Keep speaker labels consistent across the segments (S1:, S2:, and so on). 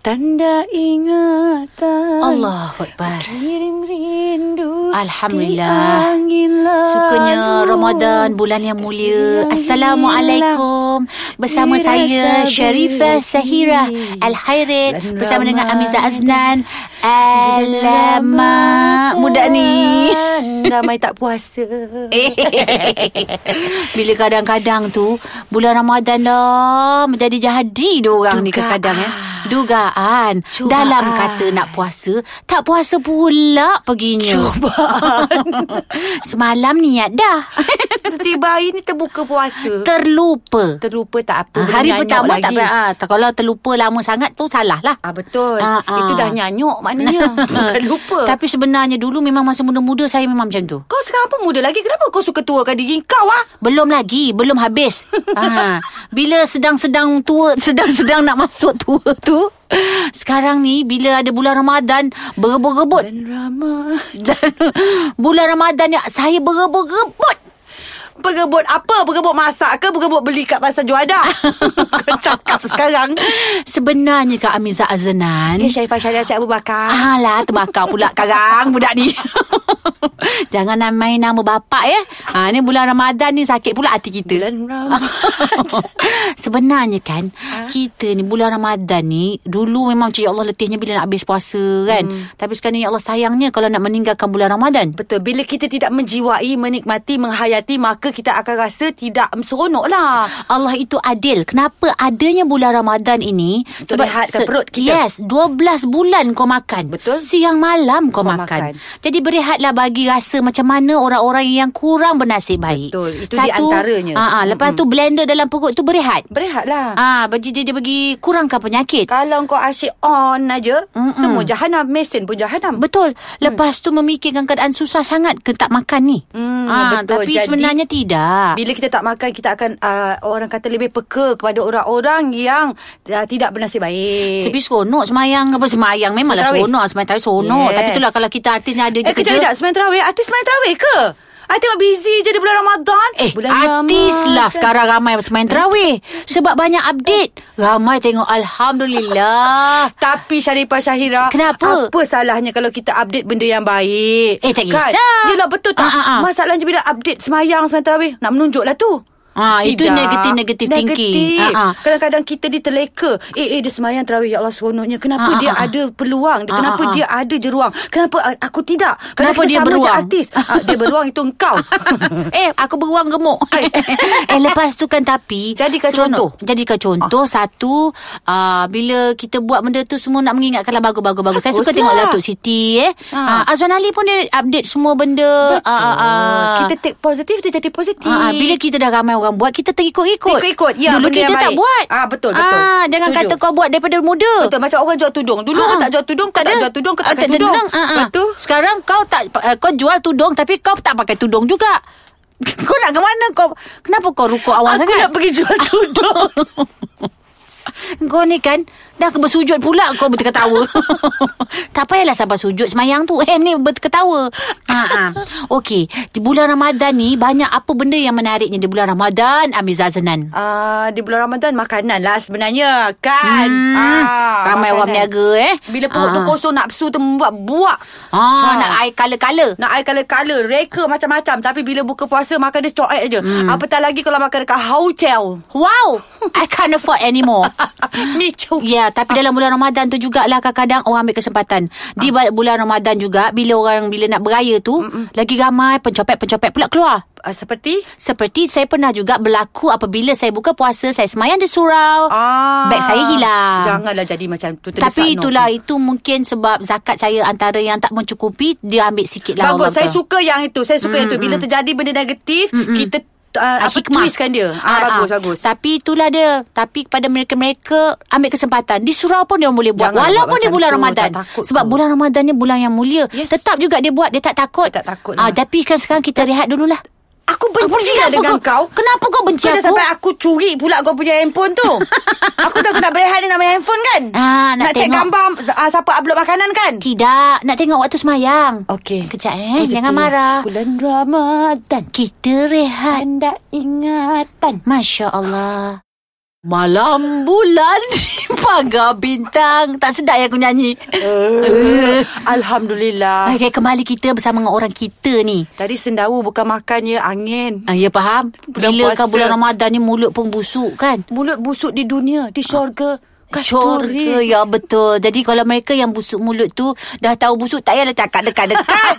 S1: Tanda ingatan
S2: Allahu Akbar.
S1: Kirim rindu
S2: Alhamdulillah.
S1: Di angin lalu
S2: Sukanya Ramadan bulan yang mulia. Assalamualaikum. Bersama saya Sharifah Sahira Al Khairin bersama dengan Amiza Aznan. Alamak muda ni. Eh.
S1: Ramai tak puasa
S2: Bila kadang-kadang tu bulan Ramadan dah menjadi jadi dia orang ni
S1: Dugaan.
S2: kadang-kadang eh. Dugaan.
S1: Cubaan.
S2: Dalam kata nak puasa, tak puasa pula perginya. Semalam niat dah.
S1: Tiba Eh, hari ni terbuka puasa
S2: Terlupa.
S1: Terlupa tak apa
S2: Ah,
S1: benda
S2: hari
S1: nyanyuk
S2: pertama tak
S1: lagi.
S2: apa. Ah, tak- kalau terlupa lama sangat tu salah lah.
S1: Ah betul.
S2: Ah, ah.
S1: Itu dah nyanyuk maknanya. Ya, Bukan lupa.
S2: Tapi sebenarnya dulu memang masa muda-muda saya memang macam tu.
S1: kau sekarang pun muda lagi. Kenapa kau suka tuakan diri kau ah?
S2: Belum lagi, belum habis. ha, bila sedang-sedang tua, sedang-sedang nak masuk tua tu. Sekarang ni bila ada bulan Ramadan, berebut-rebut.
S1: Dan Rama.
S2: Dan bulan Ramadan ya, saya berebut-rebut.
S1: Pegebut apa? Pegebut masak ke? Pegebut beli kat pasar juada? kau cakap sekarang.
S2: Sebenarnya Kak Amiza Aznan.
S1: Ya Syaifah Syariah Syed Abu Bakar.
S2: Ah lah terbakar pula karang budak ni. Jangan nak main nama bapak ya. Ha ni bulan Ramadan ni sakit pula hati kita.
S1: Dan Rama.
S2: Sebenarnya kan kita ni bulan Ramadan ni dulu memang macam ya Allah letihnya bila nak habis puasa kan. Tapi sekarang ni ya Allah sayangnya kalau nak meninggalkan bulan Ramadan.
S1: Betul. Bila kita tidak menjiwai, menikmati, menghayati, maka kita akan rasa tidak seronok lah.
S2: Allah itu adil. Kenapa adanya bulan Ramadan ini?
S1: Untuk rehatkan perut kita.
S2: Yes, 12 bulan kau makan.
S1: Betul.
S2: Siang malam kau,
S1: Kau
S2: makan.
S1: makan.
S2: Jadi berehatlah bagi rasa macam mana orang-orang yang kurang bernasib baik.
S1: Betul. Itu di antaranya.
S2: Ah, ah, lepas tu blender dalam perut tu berehat.
S1: Berehatlah.
S2: Ah, bagi dia, dia bagi kurangkan penyakit.
S1: Kalau kau asyik on aja,
S2: Mm-mm.
S1: semua jahanam. Mesin pun jahanam.
S2: Betul. Lepas tu memikirkan keadaan susah sangat ke tak makan ni.
S1: Hmm,
S2: ah,
S1: betul.
S2: tapi
S1: Jadi-
S2: sebenarnya tidak.
S1: Bila kita tak makan Kita akan uh, Orang kata lebih peka Kepada orang-orang yang uh, Tidak bernasib baik
S2: Tapi seronok semayang Apa semayang Memanglah
S1: Semayang tarawih.
S2: seronok Semayang tarawih seronok yes.
S1: Yes.
S2: Tapi itulah kalau kita artisnya ada je
S1: Eh kejap kejap Semain terawih Artis semain terawih ke? I tengok busy je Di bulan Ramadan
S2: Eh,
S1: bulan kan?
S2: artis
S1: Ramadan.
S2: lah sekarang ramai semain terawih. Sebab banyak update. Ramai tengok. Alhamdulillah.
S1: tapi Syarifah Syahira
S2: Kenapa?
S1: Apa salahnya Kalau kita update benda yang baik Kan?
S2: Eh, tak kisah.
S1: Yelah betul tak
S2: Ah, ah, ah.
S1: Masalahnya bila update Semayang Semayang terawih Nak menunjuk lah tu
S2: Ah, itu
S1: Tidak.
S2: negative-negative thinking.
S1: Negatif.
S2: Ah, ah.
S1: Kadang-kadang kita ni terleka. Eh, eh, dia semayang terawih. Ya Allah, seronoknya. Kenapa
S2: Ah, ah,
S1: dia
S2: ah.
S1: ada peluang? Dia-
S2: Ah,
S1: Kenapa
S2: ah, ah.
S1: dia ada jeruang? Kenapa ah, aku tidak?
S2: Kenapa
S1: Padahal kita
S2: dia
S1: sama je
S2: beruang?
S1: artis. Ah, dia beruang itu engkau.
S2: eh, aku beruang gemuk. eh, lepas tu kan tapi...
S1: Jadikan Ah.
S2: seronok. Jadikan contoh. Satu, uh, bila kita buat benda tu semua nak mengingatkanlah bagus-bagus-bagus. Saya suka
S1: Baguslah.
S2: tengok Datuk Siti eh.
S1: lah. Ah.
S2: Ah, Azwan Ali pun dia update semua benda. Ah, ah, ah.
S1: Kita take positif, dia jadi positif.
S2: Ah, ah, bila kita dah ramai orang buat Kita terikut-ikut
S1: Terikut-ikut, ya,
S2: Dulu
S1: benda
S2: kita
S1: yang
S2: tak
S1: baik.
S2: buat
S1: Ah, betul, betul.
S2: ah, Jangan
S1: Setuju.
S2: kata kau buat daripada muda
S1: Betul, macam orang jual tudung. Dulu kau
S2: Ah.
S1: tak jual tudung, kau tak
S2: ada.
S1: jual tudung, kau
S2: Ah,
S1: tak pakai
S2: ada
S1: tudung.
S2: tudung. Ah, ah.
S1: Betul.
S2: Sekarang kau tak eh, kau jual tudung tapi kau tak pakai tudung juga. kau nak ke mana kau? Kenapa kau rukuk
S1: Aku
S2: awal sangat?
S1: nak pergi jual tudung.
S2: Kau ni kan dah bersujud pula kau berketawa. tak payahlah sampai sujud semayang tu. Eh ni berketawa. Ha ah. Okey, di bulan Ramadan ni banyak apa benda yang menariknya di bulan Ramadan Amiza Zanan.
S1: Ah, di bulan Ramadan makanan lah sebenarnya kan.
S2: Hmm,
S1: Ah,
S2: ramai orang berniaga eh.
S1: Bila perut tu
S2: Ah.
S1: kosong nafsu tu membuat buak.
S2: Ah,
S1: Ha.
S2: nak air color-color.
S1: Nak air kala-kala Reka macam-macam Tapi bila buka puasa Makan dia coek je hmm. Apatah lagi kalau makan dekat hotel
S2: Wow, I can't afford anymore.
S1: Me too
S2: Ya, tapi dalam bulan Ramadan tu jugalah kadang-kadang orang ambil kesempatan.
S1: Ah.
S2: Di balik bulan Ramadan juga bila orang bila nak beraya tu Mm-mm. lagi ramai pencopet-pencopet pula keluar.
S1: Ah, Seperti
S2: Seperti saya pernah juga berlaku apabila saya buka puasa, saya semayang di surau.
S1: ah,
S2: Beg saya hilang.
S1: Janganlah jadi macam tu terdesak,
S2: Tapi
S1: Noh.
S2: itulah itu mungkin sebab zakat saya antara yang tak mencukupi, dia ambil sikit lah
S1: Bagus
S2: Allah
S1: Saya
S2: tahu.
S1: suka yang itu Saya suka yang itu Bila terjadi benda negatif Kita uh, apa, Twistkan dia ah,
S2: Ah,
S1: Bagus
S2: ah.
S1: bagus
S2: Tapi itulah dia. Tapi kepada mereka-mereka ambil kesempatan. Di surau pun dia orang boleh buat.
S1: Jangan
S2: Walaupun
S1: buat
S2: dia
S1: macam
S2: bulan
S1: tu,
S2: Ramadan.
S1: tak takut
S2: Sebab
S1: tu.
S2: bulan Ramadan ni bulan yang mulia.
S1: Yes.
S2: Tetap juga dia buat. Dia tak takut.
S1: Dia tak takut
S2: Ah,
S1: lah.
S2: tapi kan sekarang kita rehat dululah.
S1: Aku benci lah
S2: Kenapa
S1: dengan kau.
S2: Kenapa kau benci
S1: Kau dah
S2: aku?
S1: sampai aku curi pula kau punya handphone tu. aku dah kena berehat dia nak main handphone kan?
S2: Ah, nak
S1: nak cek
S2: tengok.
S1: gambar ah, siapa upload makanan kan?
S2: Tidak, nak tengok waktu semayang.
S1: Okey.
S2: Kejap eh,
S1: Begitu.
S2: jangan marah.
S1: Bulan Ramadan.
S2: Kita rehat.
S1: Anda ingatan.
S2: Masya Allah. Malam bulan pagar bintang. Tak sedap ya aku nyanyi.
S1: Eh, Alhamdulillah.
S2: Okay, kembali kita bersama dengan orang kita ni.
S1: Tadi sendawa bukan makan ya, angin.
S2: Ah, ya faham?
S1: Bulan
S2: Bila kau
S1: puasa.
S2: bulan Ramadan ni mulut pun busuk kan?
S1: Mulut busuk di dunia, di syurga.
S2: Ah. Syurga
S1: Kasturi.
S2: Ya betul Jadi kalau mereka yang busuk mulut tu Dah tahu busuk Tak payahlah cakap dekat-dekat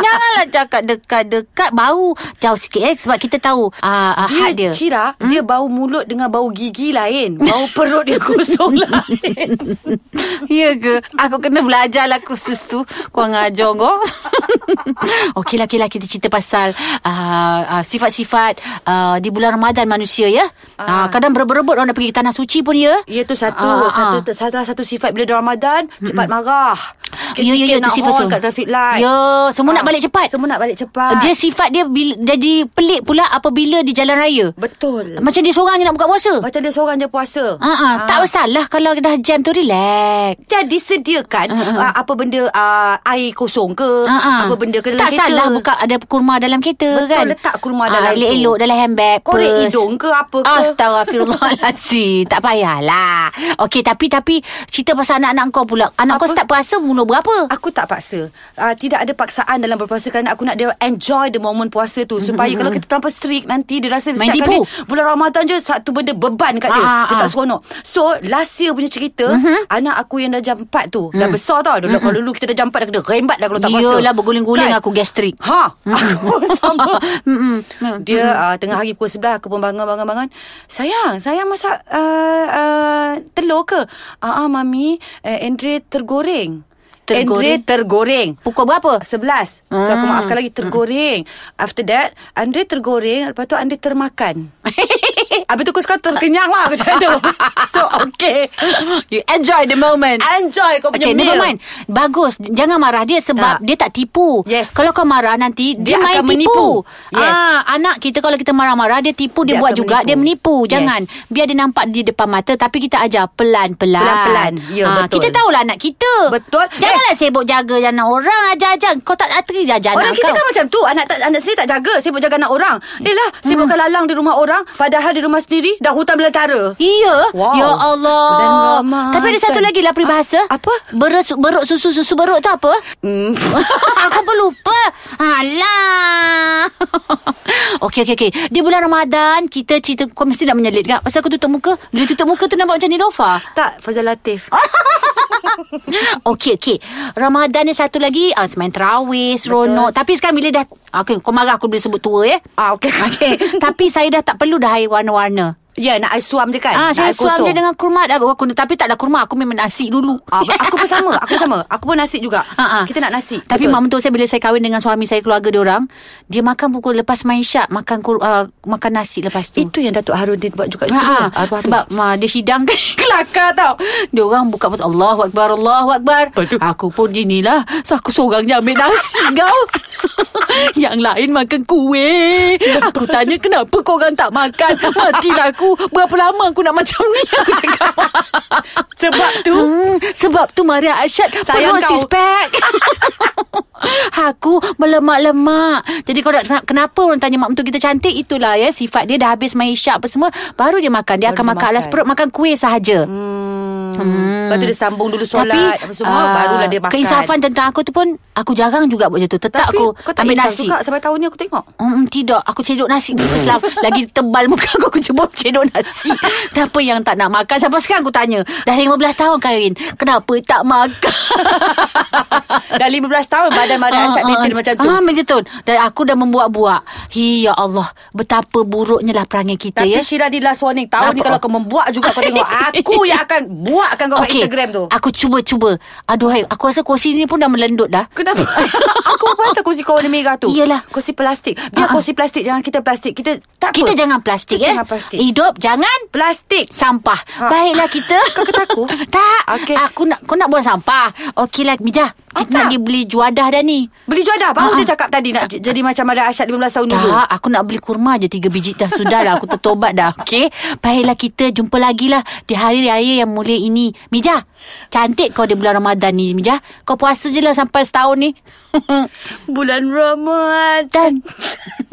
S2: Janganlah cakap dekat-dekat Bau Jauh sikit eh Sebab kita tahu uh, uh,
S1: Dia,
S2: Hak dia
S1: Cira, dia bau mulut dengan bau gigi lain. Bau perut dia kosong lah. lain.
S2: Ya ke Aku kena belajar lah kursus tu Kau ngajar kau Okey lah, okey lah Kita cerita pasal uh, uh, Sifat-sifat uh, Di bulan Ramadan manusia ya uh,
S1: Ah.
S2: Kadang berebut-rebut Orang nak pergi ke tanah suci pun ya
S1: Ya tu satu,
S2: Ah, ah.
S1: satu salah satu sifat bila dia Ramadan cepat marah.
S2: Ya, ya, ya,
S1: Hmm, Sikit-sikit
S2: tu
S1: nak
S2: sifat
S1: on
S2: semua.
S1: kat traffic light. Ah.
S2: Ya, semua nak balik cepat. Ah,
S1: Semua nak balik cepat.
S2: Dia sifat dia bila, jadi pelik pula apabila di jalan raya.
S1: betul.
S2: Macam dia seorang je nak buka puasa.
S1: Macam dia seorang je puasa.
S2: Ha ah, tak masalah kalau dah jam tu relax.
S1: Jadi sediakan
S2: Ah,
S1: uh, apa benda uh, air kosong ke,
S2: Ha
S1: apa benda ke dalam
S2: Tak
S1: kereta.
S2: salah buka ada kurma dalam kereta
S1: Betul,
S2: kan.
S1: letak kurma dalam tu.
S2: elok-elok dalam handbag.
S1: Korek
S2: purse.
S1: hidung ke apa ke.
S2: Astaghfirullahalazim. tak payahlah. Okey tapi tapi cerita pasal anak-anak kau pula. Anak kau
S1: Apa?
S2: start puasa umur berapa?
S1: Aku tak paksa. Uh, tidak ada paksaan dalam berpuasa kerana aku nak dia enjoy the moment puasa tu. Supaya kalau kita tanpa strict nanti dia rasa setiap
S2: Main tipu.
S1: kali bulan Ramadan je satu benda beban kat dia.
S2: Ah, ah,
S1: dia tak
S2: ah. Mhm.
S1: seronok. So last year punya cerita anak aku yang dah jam 4 tu dah besar tau. Dulu kalau dulu kita dah jam 4 dah kena rembat dah kalau tak puasa.
S2: Hmm. Yelah berguling-guling aku gastrik.
S1: Ha, aku sama.
S2: Mm-mm. Mm.
S1: Dia uh, tengah hari pukul 11 aku pun bangun bangun bangun. Sayang, sayang masak uh, uh, telur ke? Ah ah mami, uh, Andre tergoreng.
S2: Tergoreng? Mm.
S1: Andre tergoreng.
S2: Pukul berapa?
S1: 11 So aku maafkan lagi Tergoreng After that Andre tergoreng Lepas tu Andre termakan Habis tu aku sekarang terkenyang lah Macam tu So okay
S2: You enjoy the moment.
S1: Enjoy kau punya
S2: Okay,
S1: meal
S2: never mind. Bagus. Jangan marah dia sebab
S1: Tak.
S2: dia tak tipu.
S1: Yes.
S2: Kalau kau marah nanti, dia,
S1: Dia
S2: main
S1: akan
S2: tipu.
S1: menipu. Yes.
S2: Ah, anak kita kalau kita marah-marah, dia tipu, dia,
S1: Dia
S2: buat
S1: akan
S2: juga,
S1: menipu.
S2: dia menipu.
S1: Yes.
S2: Jangan. Biar dia nampak di depan mata, tapi kita ajar pelan-pelan.
S1: Pelan-pelan. Ya,
S2: Ah,
S1: betul.
S2: Kita tahulah anak kita.
S1: Betul.
S2: Janganlah sibuk jaga anak orang, ajar-ajar. Kau tak hati jaga
S1: Orang
S2: anak
S1: kita
S2: kau. Hmm.
S1: kan macam tu Anak tak, anak sendiri tak jaga Sibuk jaga anak orang Dia lah Sibukkan lalang di rumah orang Padahal di rumah sendiri Dah hutan belantara
S2: Iya
S1: Wow.
S2: Ya Allah
S1: Bulan Ramadan.
S2: Tapi ada satu lagi lah peribahasa
S1: Ah, apa?
S2: Berus, Beruk susu Susu beruk tu apa?
S1: Hmm.
S2: Aku pun lupa. Alah. okey, okey, okey. Di bulan Ramadan, kita cerita... Kau mesti nak menyelit kan? Pasal aku tutup muka. Bila tutup muka tu nampak macam Nilofa.
S1: Tak Fazal Latif
S2: Okey, okey. Ramadan ni satu lagi, ah, semain terawih, seronok. Tapi sekarang bila dah... ah, Okey, kau marah aku bila sebut tua ya.
S1: Ah okay, okay.
S2: Tapi saya dah tak perlu dah air warna-warna.
S1: Ya nak air suam je kan
S2: Ah,
S1: Nak
S2: saya
S1: air kosong.
S2: suam je dengan kurma. Dah, aku, tapi taklah kurma. Aku memang nasi dulu.
S1: Ah, aku pun sama Aku sama Aku pun nasi juga
S2: Ha, ha.
S1: Kita nak nasi
S2: Tapi
S1: betul.
S2: mak mentua saya bila saya kahwin dengan suami saya keluarga dia orang, dia makan pukul lepas main syak, makan kur- uh, makan nasi lepas tu.
S1: Itu yang Datuk Harudin buat juga itu. Apa
S2: Ha, ha,
S1: tu?
S2: sebab ma, dia hidang kelakar tau. Dia orang buka pun Allahu akbar Allahu akbar.
S1: Lepas tu?
S2: Aku pun ginilah. So aku seorang je ambil nasi kau. Yang lain makan kuih. Aku tanya kenapa kau orang tak makan? Matilah aku. Berapa lama aku nak macam ni? Aku cakap.
S1: sebab tu
S2: Hmm, sebab tu Maria Arsyad
S1: Sayang
S2: perut
S1: kau.
S2: six pack. Aku melemak-lemak. Jadi kau nak kenapa orang tanya mak mentua kita cantik itulah ya sifat dia dah habis main isyak apa semua baru dia makan.
S1: Baru
S2: Dia akan
S1: dia
S2: makan, alas
S1: makan.
S2: perut makan kuih sahaja.
S1: Hmm. Lepas tu dia sambung dulu solat apa semua
S2: ah,
S1: barulah dia makan.
S2: Keinsafan tentang aku tu pun aku jarang juga buat macam tu. Tetap
S1: Tapi
S2: aku
S1: kau tak
S2: ambil
S1: ambil
S2: nasi.
S1: juga sampai tahun ni aku tengok.
S2: Hmm, tidak, aku cedok nasi. Islam lagi tebal muka aku, aku cebok cedok nasi. Kenapa yang tak nak makan? Sampai sekarang aku tanya. Dah 15 tahun kahwin. Kenapa tak makan?
S1: Dah 15 tahun badan Maria Asyad maintain macam tu.
S2: Ah, betul. Dan aku dah membuat-buat. Hi, ya Allah. Betapa buruknya lah perangai kita
S1: Tapi
S2: ya.
S1: Syirah di last warning Tahun ni
S2: Apa?
S1: kalau kau membuat juga Kau tengok Aku yang akan Buatkan kau kat Instagram tu
S2: Aku cuba-cuba. Aduh, hai, aku rasa kursi ni pun dah melendut dah.
S1: Kenapa? aku pun pasal kursi kau warna merah tu
S2: Iyalah.
S1: Kursi plastik Biar
S2: Ah, ah.
S1: kursi plastik Jangan kita plastik Kita tak apa
S2: Kita jangan plastik
S1: Kita
S2: ya.
S1: jangan plastik
S2: Hidup jangan
S1: Plastik
S2: sampah.
S1: Ha.
S2: Baiklah kita.
S1: Kau kata aku?
S2: tak. Ah,
S1: Okey. Oh,
S2: Aku nak kau nak buang sampah. Okeylah, Mijah. lah, Kita
S1: Apa?
S2: nak pergi beli juadah dah ni
S1: Beli juadah Baru
S2: Ah,
S1: dia cakap tadi Nak j- jadi macam ada Asyad 15 tahun dulu
S2: tak, aku nak beli kurma je tiga biji dah. Sudahlah, aku tertobat dah. Okey. Baiklah kita jumpa lagi lah di hari raya yang mulia ini. Mija, cantik kau di bulan Ramadan ni, Mija. Kau puasa je lah sampai setahun ni.
S1: Bulan Ramadan
S2: Dan